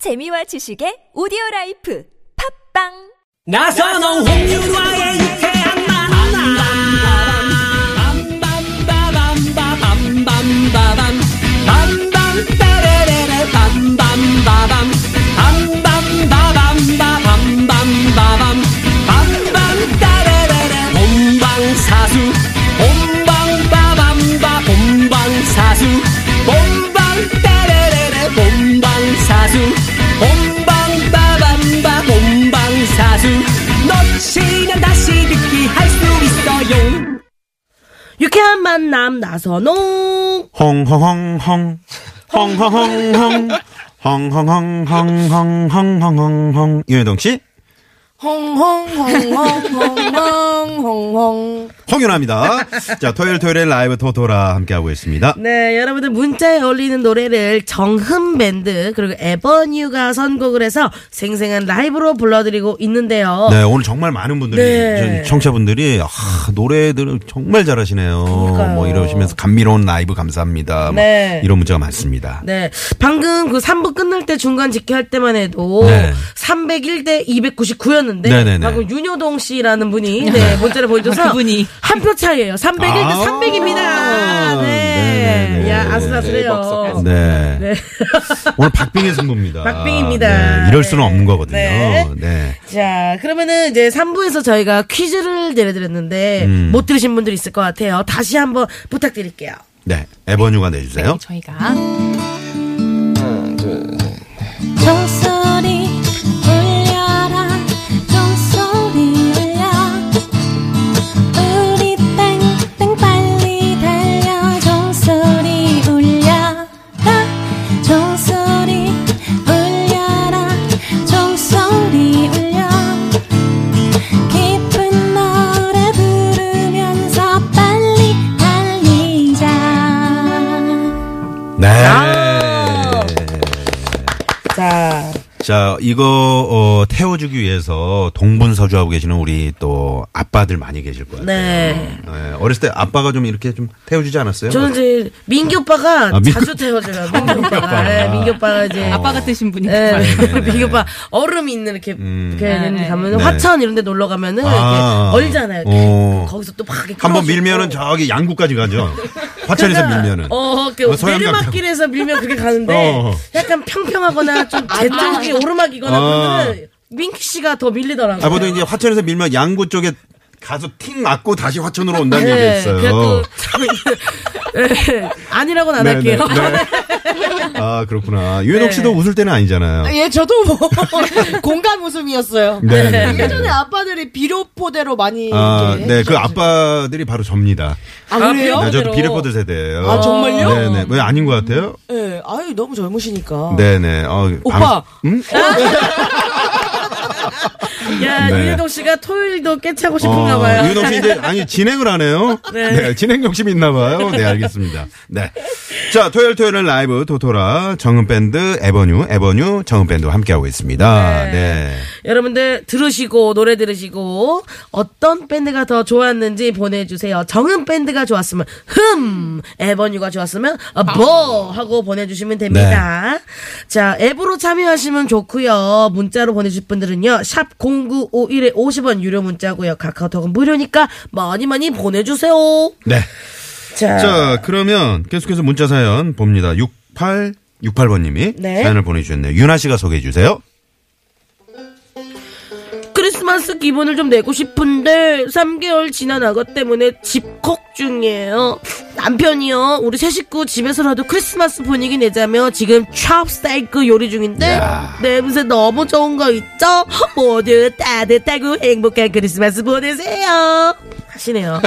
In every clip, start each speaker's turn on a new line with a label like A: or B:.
A: 재미와 지식의 오디오 라이프 팝빵!
B: 나선홍 홍유라의 유쾌한 만남 빰빰빠밤빠밤빠밤빠밤 빰빰따레레레 빰빰빠밤 빰빰빠밤빠밤빠밤 빰빰따레레레 본방사수 본방빠밤빠 본방사수 본방따레레레 본방사수 본방빠밤빠 본방사수 놓치면 다시 듣기 할 수 있어요
C: 유쾌한 만남 나선홍
D: 홍홍홍홍 홍홍홍홍 홍홍홍홍홍홍홍홍홍 윤여동 씨
C: 홍홍홍홍홍홍홍
D: 홍윤아입니다. 자 토요일 토요일에 라이브 토토라 함께하고 있습니다.
C: 네 여러분들 문자에 어울리는 노래를 정흠 밴드 그리고 에버뉴가 선곡을 해서 생생한 라이브로 불러드리고 있는데요
D: 네 오늘 정말 많은 분들이
C: 네.
D: 저 청취자분들이 아, 노래들을 정말 잘하시네요.
C: 그러니까요.
D: 뭐 이러시면서 감미로운 라이브 감사합니다. 뭐
C: 네.
D: 이런 문자가 많습니다.
C: 네. 방금 그 3부 끝날 때 중간 지켜 할 때만 해도
D: 네.
C: 301대 299였는데
D: 네네네.
C: 방금 윤효동 씨라는 분이 네, 문자를 보여줘서
B: 아, 그분이.
C: 한 표 차이예요. 301대
D: 아.
C: 300입니다. 네.
D: 네네네.
C: 야, 아슬아슬해요.
D: 네. 오늘 박빙의 승부입니다.
C: 어, 박빙입니다.
D: 네, 이럴 수는
C: 네.
D: 없는 거거든요.
C: 네.
D: 네.
C: 자, 그러면은 이제 3부에서 저희가 퀴즈를 내려드렸는데
D: 음.
C: 못 들으신 분들 있을 것 같아요. 다시 한번 부탁드릴게요.
D: 네. 에버뉴가
C: 네,
D: 내주세요.
E: 저희가 종소리 울려라 종소리 울려 우리 땡땡 빨리 달려 종소리 울려라 종소리 울려라 종소리 울려 깊은 노래 부르면서 빨리 달리자
D: 네.
C: 아! 자,
D: 자, 이거 어, 태워주기 위해서 동분서주하고 계시는 우리 또 아빠들 많이 계실 거예요.
C: 네.
D: 네, 어렸을 때 아빠가 좀 이렇게 좀 태워주지 않았어요?
C: 저는 이제 민규 오빠가
D: 아, 민규-
C: 자주 태워줘요. 민규 오빠가.
D: 오빠가. 어.
C: 네, 민규 오빠가 이제
F: 아빠 같으신 분이
C: 네.
D: 네, 네, 네.
C: 비교 봐. 얼음 있는 이렇게 이렇게
F: 네, 네.
C: 가면
D: 네.
C: 화천 이런 데 놀러 가면은
D: 아.
C: 이렇게 얼잖아요. 이렇게.
D: 어.
C: 거기서 또 막 이렇게
D: 한번
C: 끌어주고.
D: 밀면은 저기 양구까지 가죠. 화천에서
C: 그러니까,
D: 밀면은.
C: 어, 그
D: 어, 서양강
C: 내리막길에서 밀면 그게 가는데
D: 어.
C: 약간 평평하거나 좀
G: 아,
C: 제쪽이 오르막이거나
D: 아.
C: 그러면은 민키 씨가 더 밀리더라고요.
D: 아, 보통 이제 화천에서 밀면 양구 쪽에 가서 팅 맞고 다시 화천으로 온다는 얘기
C: 네,
D: 있어요.
C: 그래도 네, 아니라고는 안
D: 네, 네,
C: 할게요.
D: 네. 아, 그렇구나. 유현옥 씨도 웃을 때는 아니잖아요.
G: 네. 예, 저도 뭐 공감 웃음이었어요.
D: 네, 네, 네.
G: 예전에 아빠들이 비료포대로 많이
D: 아,
G: 이렇게
D: 네, 그
G: 해주셨죠.
D: 아빠들이 바로 접니다.
G: 아 그래요?
D: 네, 저도
C: 어.
D: 비레포드 세대예요.
G: 아, 정말요?
D: 네네. 왜 아닌 것 같아요?
G: 예, 아유 너무 젊으시니까.
D: 네네. 어,
G: 오빠.
D: 응?
C: 야,
D: 네.
C: 유해동 씨가 토요일도 깨차고 싶은가
D: 어,
C: 봐요.
D: 유동 씨 이제 아니 진행을 하네요. 네. 진행 욕심이 있나 봐요. 네, 알겠습니다. 네. 자, 토요일 토요일은 라이브 도토라 정은 밴드 에버뉴 에버뉴 정은 밴드 와 함께하고 있습니다. 네.
C: 여러분들 들으시고 노래 들으시고 어떤 밴드가 더 좋았는지 보내주세요. 정은 밴드가 좋았으면 흠, 에버뉴가 좋았으면 어, 뭐 하고 보내주시면 됩니다. 자 앱으로 참여하시면 좋고요. 문자로 보내주실 분들은요. 샵 0951에 50원 유료 문자고요. 카카오톡은 무료니까 많이 많이 보내주세요.
D: 네.
C: 자,
D: 자, 그러면 계속해서 문자 사연 봅니다. 68 68번 님이
C: 네.
D: 사연을 보내 주셨네요. 윤아 씨가 소개해 주세요.
C: 크리스마스 기분을 좀 내고 싶은데 3개월 지난 악어 때문에 집콕 중이에요. 남편이요. 우리 세 식구 집에서라도 크리스마스 분위기 내자며 지금 찹스테이크 요리 중인데
D: 야.
C: 냄새 너무 좋은 거 있죠? 모두 따뜻하고 행복한 크리스마스 보내세요. 하시네요.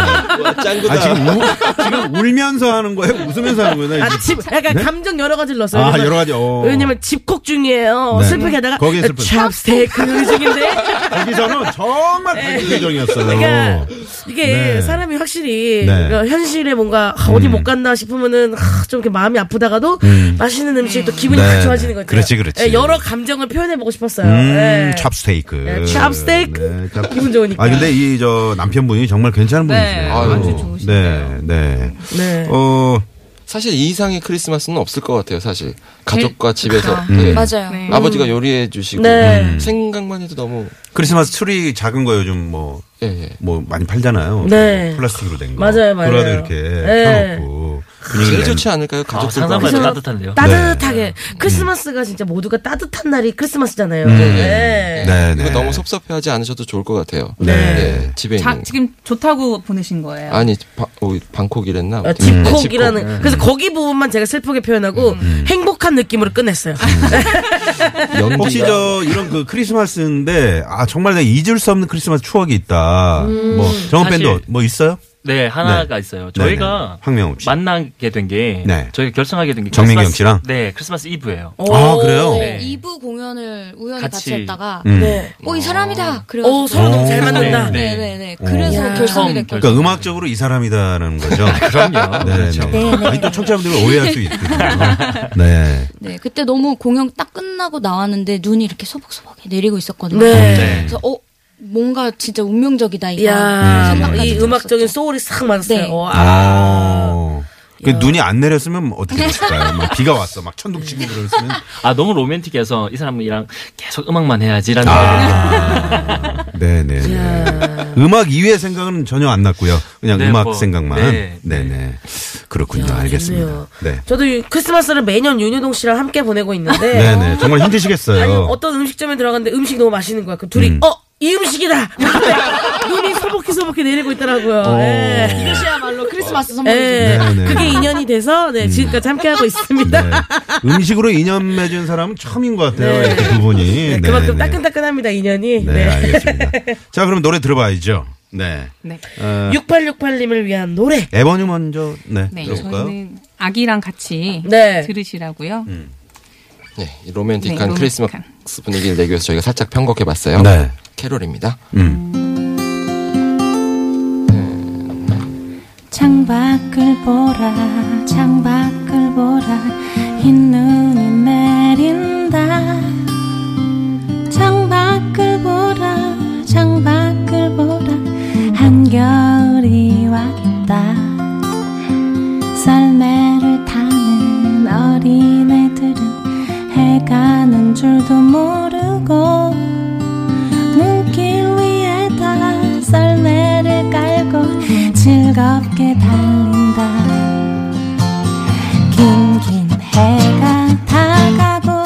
D: 아, 지금 우, 지금 울면서 하는 거예요? 웃으면서 하는 거예요? 나
C: 아, 집, 약간 감정 여러 가지를 넣었어요.
D: 네? 아,
C: 왜냐면-
D: 여러 가지. 어.
C: 왜냐면 집콕 중이에요.
D: 네.
C: 슬프게 하다가
D: 거기에 슬픈.
C: 찹스테이크 요리 중인데
D: 거기서는 정말 밝은 표정이었어요.
C: 네. 그러니까 이게
D: 네.
C: 사람이 확실히
D: 네. 음.
C: 그러니까 현실에 뭔가 아, 어디 못 갔나 싶으면은 아, 좀 이렇게 마음이 아프다가도 맛있는 음식 또 기분이
D: 네,
C: 확 좋아지는
D: 네.
C: 거죠.
D: 그렇지, 그렇지.
C: 예, 여러 감정을 표현해 보고 싶었어요.
D: 음,
C: 예.
D: 찹스테이크.
C: 네, 찹스테이크.
D: 찹-
C: 기분 좋으니까.
D: 아, 근데 이, 저, 남편분이 정말 괜찮은 분이세요.
F: 아주 좋으신데요.
D: 네, 네.
C: 아, 네.
D: 어,
F: 사실 이 이상의 크리스마스는 없을 것 같아요. 사실 가족과 집에서 예.
H: 맞아요.
F: 아버지가 요리해 주시고
C: 네.
F: 음. 생각만 해도 너무
D: 크리스마스 트리 작은 거 요즘 뭐 뭐
F: 예, 예.
D: 많이 팔잖아요.
C: 네.
D: 플라스틱으로 된 거.
C: 맞아요, 맞아요.
D: 그러라도 이렇게
C: 네.
D: 켜놓고
F: 제일
D: 분위기
F: 좋지 않을까요? 아, 가족들과
I: 아, 상상만 해도
F: 함께.
I: 따뜻한데요.
D: 네.
C: 따뜻하게
D: 음.
C: 크리스마스가 진짜 모두가 따뜻한 날이 크리스마스잖아요. 네.
D: 네, 네.
F: 이거 너무 섭섭해하지 않으셔도 좋을 것 같아요.
D: 네.
F: 예, 집에
H: 자,
F: 있는.
H: 지금 좋다고 보내신 거예요.
F: 아니 바, 어, 방콕이랬나?
D: 음.
C: 어,
F: 어떻게.
C: 집콕이라는
F: 집콕.
C: 그래서 거기 부분만 제가 슬프게 표현하고
D: 음.
C: 행복한 느낌으로 끝냈어요.
D: 아,
F: 연기가.
D: 혹시 저 이런 그 크리스마스인데 아 정말 내가 잊을 수 없는 크리스마스 추억이 있다.
C: 음.
D: 뭐 정은
I: 사실-
D: 밴드 뭐 있어요?
I: 네, 하나가 있어요.
D: 네네.
I: 저희가
D: 황명욱 씨.
I: 만나게 된 게
D: 네.
I: 저희가 결성하게 된 게
D: 정민경
I: 크리스마스-
D: 씨랑?
I: 네, 크리스마스 이브예요.
D: 아 그래요?
I: 네.
H: 2부 공연을 우연히 같이,
I: 같이.
H: 했다가
D: 음.
C: 네.
H: 오 어, 이 사람이다. 그래
C: 오 어, 서로 너무 잘 어. 만난다.
I: 네.
H: 네네네. 그래서
C: 야.
H: 결성이
I: 처음
H: 됐고.
D: 그러니까 음악적으로 이 사람이다라는 거죠.
I: 그럼요. 그렇죠.
D: 네, 네. 아니 또 청취자분들은 오해할 수 있거든요. 네.
H: 네, 그때 너무 공연 딱 끝나고 나왔는데 눈이 이렇게 소복소복해 내리고 있었거든요.
D: 아,
C: 네.
H: 그래서 어 뭔가 진짜 운명적이다 이거.
C: 야,
H: 생각까지
C: 이
H: 들었었죠.
C: 음악적인 소울이 싹 맞았어요.
H: 네.
C: 와.
D: 아. 그 눈이 안 내렸으면 어떻게 됐을까요? 막 비가 왔어. 막 천둥치고 그랬으면.
I: 아, 너무 로맨틱해서 이 사람이랑 계속 음악만 해야지라는
D: 아. 네네. 음악 이외의 생각은 전혀 안 났고요. 그냥
I: 네,
D: 음악
I: 뭐,
D: 생각만.
I: 네,
D: 네네. 그렇군요. 아, 알겠습니다.
C: 아, 좋네요.
D: 네.
C: 저도 이 크리스마스를 매년 윤효동 씨랑 함께 보내고 있는데
D: 네네. 정말
C: 아니,
D: 힘드시겠어요.
C: 어떤 음식점에 들어갔는데 음식이 너무 맛있는 거야. 그럼 둘이 어, 이 음식이다. 눈이 소복해 소복해 내리고 있더라고요. 예.
G: 이것이야말로 크리스마스 선물이죠.
C: 예.
D: 어. 네, 음. 네.
C: 그게 인연이 돼서 네, 지금까지 함께 하고 있습니다.
D: 네. 음식으로 인연 맺은 사람은 처음인 것 같아요. 이렇게 두 분이.
C: 네, 그만큼 따끈따끈합니다 인연이.
D: 네,
C: 네.
D: 알겠습니다. 자, 그럼 노래 들어봐야죠. 네.
J: 네.
D: 어,
C: 6868님을 위한 노래.
D: 에버뉴 먼저 네,
J: 네,
D: 들어볼까요?
J: 저희는 아기랑 같이
C: 네.
J: 들으시라고요.
F: 네, 이 로맨틱한
J: 네,
F: 크리스마스 분위기를 내기 위해서 저희가 살짝 편곡해봤어요.
D: 네.
F: 캐롤입니다.
D: 음.
E: 창밖을 보라 창밖을 보라 흰 눈이 내린다 창밖을 보라 창밖을 보라 한겨울이 왔다 썰매를 타는 어린애들은 해가는 줄도 모르고 눈길 위에다 썰매를 깔고 즐겁게 달린다 긴긴 해가 다가고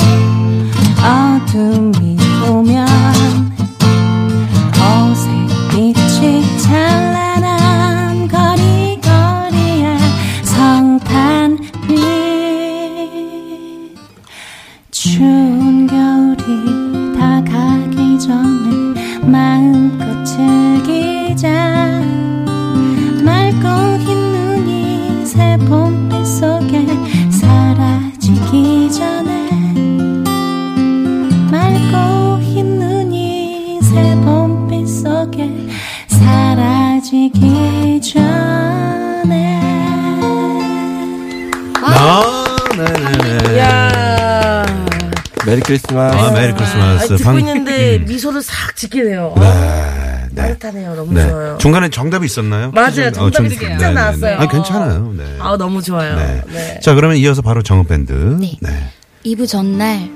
E: 어둠이 오면 어색 빛이 찬란한 거리거리에 성탄빛 추운 겨울이 다 가기 전에 마음껏 즐기자 맑고 흰 눈이 새 봄빛 속에 사라지기 전에 맑고 흰 눈이 새 봄빛 속에 사라지기 전에
D: 아, 네네네.
C: 야.
F: 메리 크리스마스.
D: 아, 메리
C: 아니,
D: 크리스마스.
C: 듣고 있는데 미소를 싹 짓기네요.
D: 음.
C: 아,
D: 네, 네.
C: 따뜻하네요. 너무
D: 네.
C: 좋아요.
D: 정간에 정답이 있었나요?
C: 맞아요. 정답이 이렇게
D: 네,
C: 살짝
D: 네, 네.
C: 나왔어요.
D: 아, 괜찮아요. 네.
C: 아 너무 좋아요.
D: 네.
C: 네.
D: 자, 그러면 이어서 바로 정읍밴드. 네.
H: 이브 전날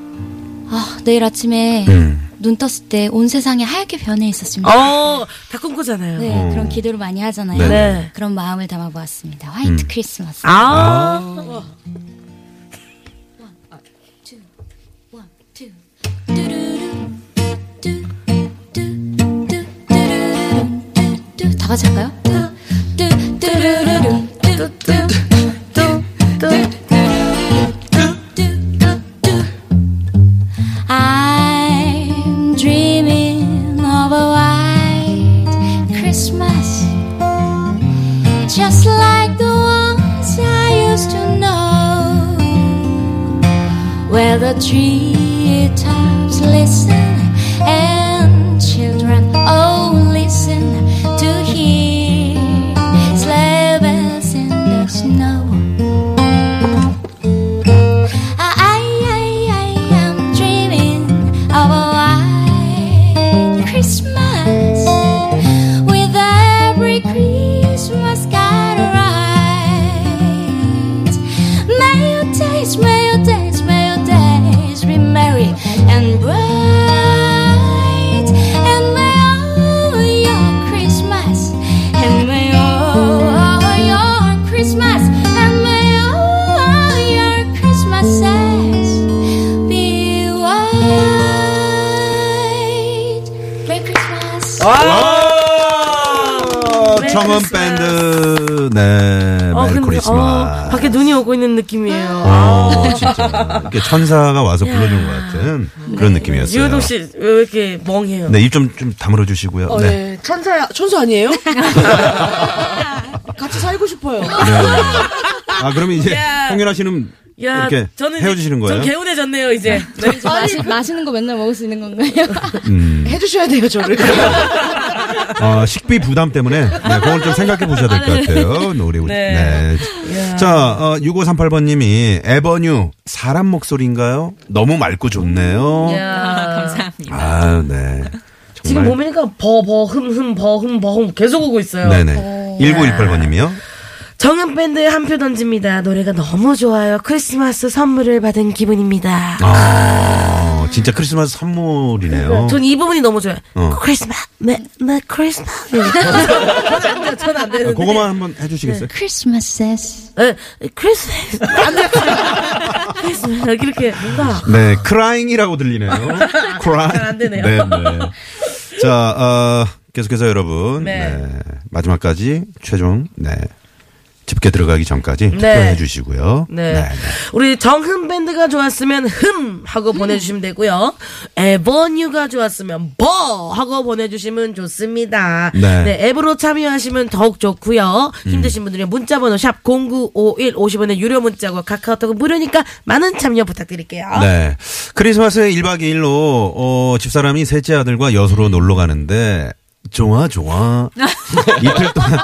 H: 아 내일 아침에
D: 음.
H: 눈 떴을 때 온 세상이 하얗게 변해 있었습니다.
C: 어, 다 꿈꾸잖아요.
H: 네,
D: 어.
H: 그런 기도를 많이 하잖아요.
C: 네.
H: 그런 마음을 담아보았습니다. 화이트 크리스마스.
C: 아,
H: 원, 투, 뚜루루, 뚜, 뚜, 뚜, 뚜루루, 뚜, 뚜. 다 같이 할까요? 뚜, 뚜, 뚜루루, 뚜, 뚜, 뚜, 뚜, 뚜, 뚜, 뚜. I'm dreaming of a white Christmas. Just like the ones I used to know, where the treetops listen and children oh listen to hear sleigh bells in the snow. I, I, I am dreaming of a white Christmas with every Christmas card arrives. and bright. And may all your Christmas, and may all your Christmas, and may all your Christmases be white. Merry Christmas.
D: 와! 정은 밴드, 네,
C: 어,
D: 메리
C: 근데,
D: 크리스마스.
C: 어, 밖에 눈이 오고 있는 느낌이에요.
D: 어,
C: 아.
D: 진짜. 이렇게 천사가 와서 불러준 것 같은
C: 네.
D: 그런 느낌이었어요.
C: 유효동 씨, 왜 이렇게 멍해요?
D: 네, 입 좀 좀 다물어 주시고요.
G: 어,
D: 네.
G: 네. 천사, 천사 아니에요? 같이 살고 싶어요.
D: 네. 아, 그러면 이제 홍윤아 씨는
C: 야,
D: 이렇게
C: 저는 이제
D: 헤어지시는 거예요?
C: 전 개운해졌네요, 이제. 네.
H: 마시, 맛있는 거 맨날 먹을 수 있는 건가요?
D: 음.
G: 해주셔야 돼요, 저를.
D: 아, 식비 부담 때문에 네, 그걸 좀 생각해 보셔야 될 것 같아요. 노래 우리. 네.
C: 네.
D: 자, 어, 6538번 님이 에버뉴 사람 목소리인가요? 너무 맑고 좋네요.
C: 야.
J: 감사합니다.
D: 아, 네.
C: 지금 보니까 버, 버, 흠, 흠, 버, 흠, 버, 흠 계속 오고 있어요.
D: 네네. 1918번 님이요.
C: 정은 밴드에 한 표 던집니다. 노래가 너무 좋아요. 크리스마스 선물을 받은 기분입니다.
D: 아, 진짜 크리스마스 선물이네요.
C: 전 이 부분이 너무 좋아요.
D: 어.
C: 크리스마스, 네, 네, 크리스마스. 전안 돼요, 전안
D: 아,
C: 되는데.
D: 그거만 한번 해주시겠어요?
H: Christmases.
C: 네, 크리스마스. 안 돼요. 크리스마스. 이렇게 뭔가.
D: 네, 크라잉이라고 들리네요. 크라잉.
C: 아. 안 되네요.
D: 네, 네. 자, 어, 계속해서 여러분. 네.
C: 네.
D: 마지막까지 최종, 네. 집게 들어가기 전까지 투표해 주시고요.
C: 네. 우리 정흠 밴드가 좋았으면 흠 하고 보내주시면 되고요. 에버뉴가 좋았으면 버 하고 보내주시면 좋습니다.
D: 네.
C: 앱으로 참여하시면 더욱 좋고요. 힘드신 분들은 문자번호 샵 #0951 50원의 유료 문자고 카카오톡은 무료니까 많은 참여 부탁드릴게요.
D: 네. 크리스마스에 1박 2일로, 어, 집사람이 셋째 아들과 여수로 놀러 가는데, 좋아, 좋아. 이틀 동안,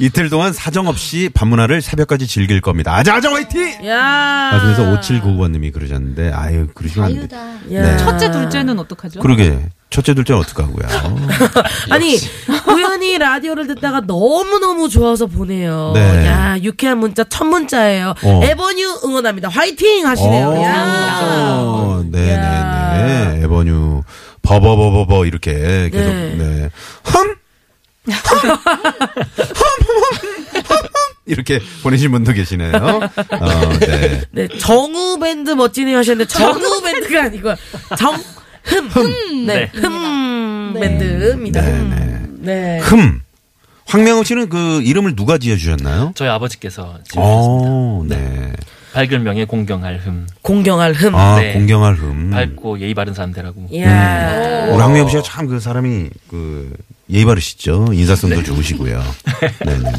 D: 이틀 동안 사정없이 밤문화를 새벽까지 즐길 겁니다. 아자, 아자, 화이팅!
C: 야.
D: 나중에서 5799번님이 그러셨는데, 아유, 그러시면 안 돼. 네.
H: 아유다.
C: 야.
J: 첫째, 둘째는 어떡하죠?
D: 그러게. 첫째, 둘째는 어떡하고요.
C: 아니 우연히 라디오를 듣다가 너무 너무 좋아서 보내요.
D: 네.
C: 야 유쾌한 문자 첫 문자예요.
D: 어.
C: 에버뉴 응원합니다. 화이팅 하시네요. 야.
D: 어, 네, 네네네. 에버뉴 버버버버버 이렇게 계속
C: 네.
D: 네. 험! 이렇게 보내신 분도 계시네요. 어, 네.
C: 네, 정우 밴드 멋지네요 하셨는데 정우 밴드가 아니고 정흠 흠.
G: 네.
C: 네, 흠 밴드입니다.
D: 네네.
C: 네.
D: 흠. 황명호 씨는 그 이름을 누가 지어 주셨나요?
I: 저희 아버지께서 지금
D: 어, 네.
I: 밝은 명예 공경할 흠
C: 그 공경할 흠.
D: 아,
I: 네.
D: 공경할 흠.
I: 밝고 음. 예의 바른 사람 되라고
C: 이야.
D: 우리 황명 씨가 참 그 사람이 그 예의 바르시죠. 인사성도 좋으시고요. 네네네.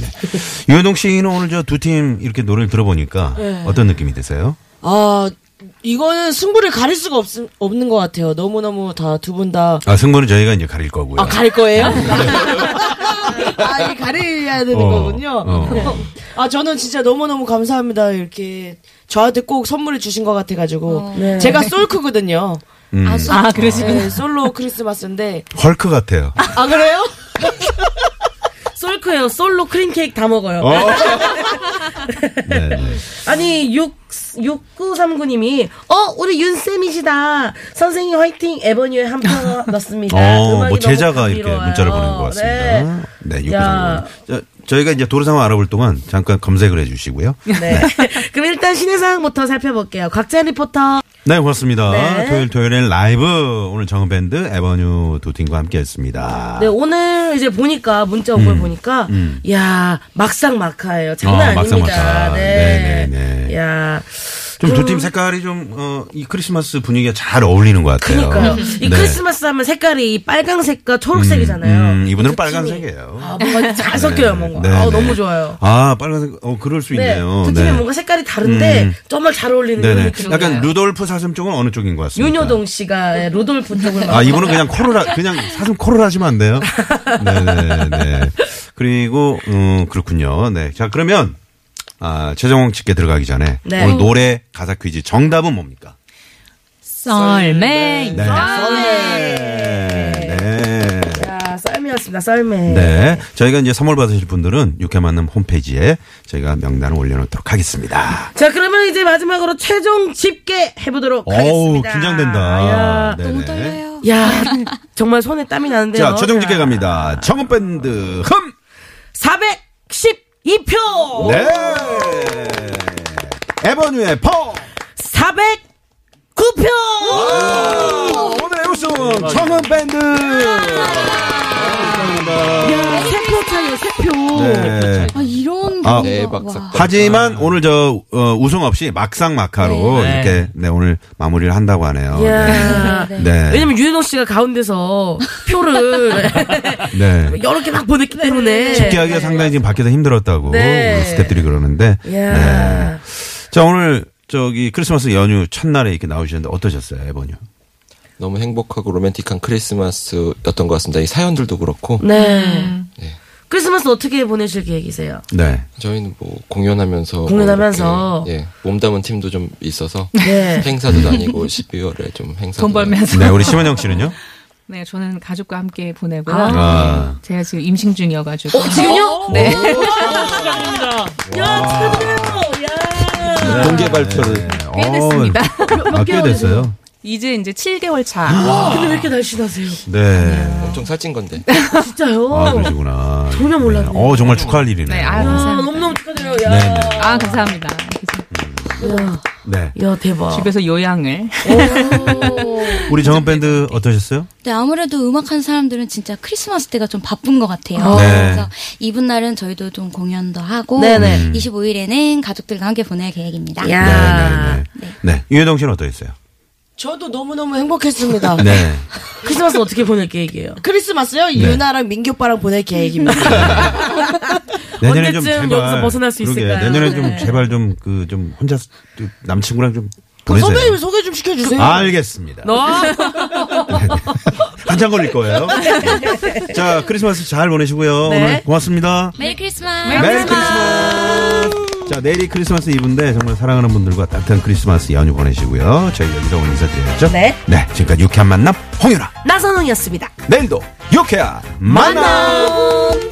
D: 유현동 씨는 오늘 저 두 팀 이렇게 노래를 들어보니까
C: 네.
D: 어떤 느낌이 드세요?
G: 아, 이거는 승부를 가릴 수가 없, 없는 것 같아요. 너무너무 다, 두 분 다.
D: 아, 승부는 저희가 이제 가릴 거고요.
G: 아, 가릴 거예요? 아, 이 가려야 되는
D: 어,
G: 거군요.
D: 어.
G: 아, 저는 진짜 너무너무 감사합니다. 이렇게 저한테 꼭 선물을 주신 것 같아가지고.
C: 네.
G: 제가 솔크거든요.
D: 음.
J: 아, 그러시구나.
G: 네, 솔로 크리스마스인데.
D: 헐크 같아요.
G: 아, 그래요?
C: 솔크예요. 솔로 크림 케이크 다 먹어요.
D: 네, 네.
C: 아니 6 6939님이 어 우리 윤쌤이시다 선생님 화이팅 에버뉴에 한 표 넣습니다
D: 어,
C: 네. 음악이
D: 뭐
C: 너무
D: 제자가 이렇게
C: 감미로워요.
D: 문자를 보낸 것
C: 네.
D: 같습니다. 네,
C: 야.
D: 육구삼. 저희가 이제 도로 상황 알아볼 동안 잠깐 검색을 해주시고요.
C: 네. 그럼 일단 시내 상황부터 살펴볼게요 곽재현 리포터
D: 네, 고맙습니다.
C: 네.
D: 토요일 토요일엔 라이브 오늘 정은밴드 에버뉴 두 팀과 함께했습니다.
C: 네, 오늘 이제 보니까 문자 온 걸 보니까
D: 음.
C: 야 막상 막하예요. 장난
D: 아,
C: 아닙니다.
D: 막상 막하.
C: 네.
D: 네네네.
C: 야
D: 좀
C: 음.
D: 두 팀 색깔이 좀, 어, 이 크리스마스 분위기가 잘 어울리는 것 같아요.
C: 그러니까요. 이
D: 네.
C: 크리스마스 하면 색깔이 이 빨강색과 초록색이잖아요.
D: 음, 이분들은 빨간색이에요.
C: 아, 뭔가 잘 섞여요, 뭔가.
D: 네,
C: 아,
D: 네.
C: 너무 좋아요.
D: 아, 빨간색, 어, 그럴 수
C: 네,
D: 있네요. 음.
C: 두 팀이 뭔가 색깔이 다른데 정말 잘 어울리는
D: 네네.
C: 그런
D: 약간 루돌프 사슴 쪽은 어느 쪽인 것 같습니다.
C: 윤여동 씨가 네, 로돌프 쪽을
D: 아, 이분은 그냥 코로라, 그냥 사슴 코로라 하시면 안 돼요? 네네네. 그리고, 음, 그렇군요. 네. 자, 그러면, 아, 최정홍 집게 들어가기 전에.
C: 네.
D: 오늘 노래 가사 퀴즈 정답은 뭡니까?
J: 썰매.
D: 네. 썰매. 네.
C: 아, 썰매였습니다. 그렇습니다. 썰매.
D: 네. 저희가 이제 선물 받으실 분들은 육회 만남 홈페이지에 저희가 명단을 올려놓도록 하겠습니다.
C: 자 그러면 이제 마지막으로 최종 집계 해보도록
D: 어우,
C: 하겠습니다.
D: 긴장된다.
C: 야,
D: 네네.
C: 야 정말 손에 땀이 나는데요.
D: 자, 최종 집계 갑니다. 정은밴드 흠!
C: 412표.
D: 네! 에버뉴의 퍼!
C: 409표.
D: 오늘의 우승 정은밴드!
C: 야, 세표 차이요, 세표.
D: 네.
H: 아, 이런
D: 아,
H: 경우가-
F: 네, 대박
H: 와.
F: 사건.
D: 하지만 오늘 저 어, 우승 없이 막상 막하로 이렇게 네, 오늘 마무리를 한다고 하네요.
C: 야.
D: 네. 네.
C: 왜냐면 유현호 씨가 가운데서 표를
D: 네.
C: 여러 개 막 보냈기 때문에.
D: 집계하기가 상당히 지금 밖에서 힘들었다고
C: 네.
D: 우리 스태프들이 그러는데.
C: 야.
D: 네. 자 오늘 저기 크리스마스 연휴 첫날에 이렇게 나오셨는데 어떠셨어요, 에버뉴?
F: 너무 행복하고 로맨틱한 크리스마스였던 것 같습니다. 이 사연들도 그렇고
C: 네.
F: 네.
C: 크리스마스 어떻게 보내실 계획이세요?
D: 네.
F: 저희는 뭐 공연하면서 뭐
C: 공연하면서.
F: 이렇게, 예, 몸담은 팀도 좀 있어서
C: 네.
F: 행사도 다니고 12월에 좀 행사
J: 돈 벌면서.
D: 네, 우리 심은영 씨는요?
J: 네, 저는 가족과 함께 보내고요.
D: 아.
J: 제가 지금 임신 중이어가지고.
C: 지금요?
J: 네.
C: 야, 축하드려요. 야.
F: 공개
D: 네.
F: 발표를
J: 꽤 됐습니다.
D: 아, 꽤 됐어요.
J: 이제 이제 7개월 차.
C: 근데 왜 이렇게 날씬하세요?
D: 네.
F: 엄청 살찐 건데
C: 진짜요?
D: 아, 그러시구나.
C: 전혀 몰랐네.
D: 네. 어, 정말 축하할 일이네요.
J: 네, 아,
C: 야,
J: 감사합니다.
C: 너무너무 축하드려요. 야.
D: 네, 네.
J: 아, 감사합니다. 그래서
D: 네.
C: 야, 대박.
J: 집에서 요양을.
D: 우리 정은 밴드 어떠셨어요?
H: 근데 네, 아무래도 음악 하는 사람들은 진짜 크리스마스 때가 좀 바쁜 것 같아요.
D: 네.
H: 그래서 이분 날은 저희도 좀 공연도 하고
C: 네네.
H: 25일에는 가족들과 함께 보낼 계획입니다.
C: 야.
D: 네, 네, 네. 네. 유해동 씨는 어떠셨어요?
G: 저도 너무너무 행복했습니다.
D: 네.
C: 크리스마스 어떻게 보낼 계획이에요?
G: 크리스마스요? 유나랑 민규 오빠랑 보낼 계획입니다.
D: 내년에 좀
C: 언제쯤
D: 제발
C: 여기서 벗어날 수
D: 그러게,
C: 있을까요?
D: 내년에
C: 네.
D: 좀 제발 좀 그 좀 혼자 스- 그 남친구랑 좀
G: 그
D: 보내세요.
G: 선배님 소개 좀 시켜주세요.
D: 아. 알겠습니다.
C: 어, 너?
D: 한참 걸릴 거예요. 자, 크리스마스 잘 보내시고요.
C: 네.
D: 오늘 고맙습니다.
H: 메리 크리스마스!
D: 메리 크리스마스. 자, 내일이 크리스마스 이브인데 정말 사랑하는 분들과 따뜻한 크리스마스 연휴 보내시고요. 저희 여기서 오늘 인사드려야죠.
C: 네.
D: 네, 지금까지 유쾌한 만남 홍유라.
C: 나선홍이었습니다.
D: 내일도 유쾌한 만남.
C: 안녕.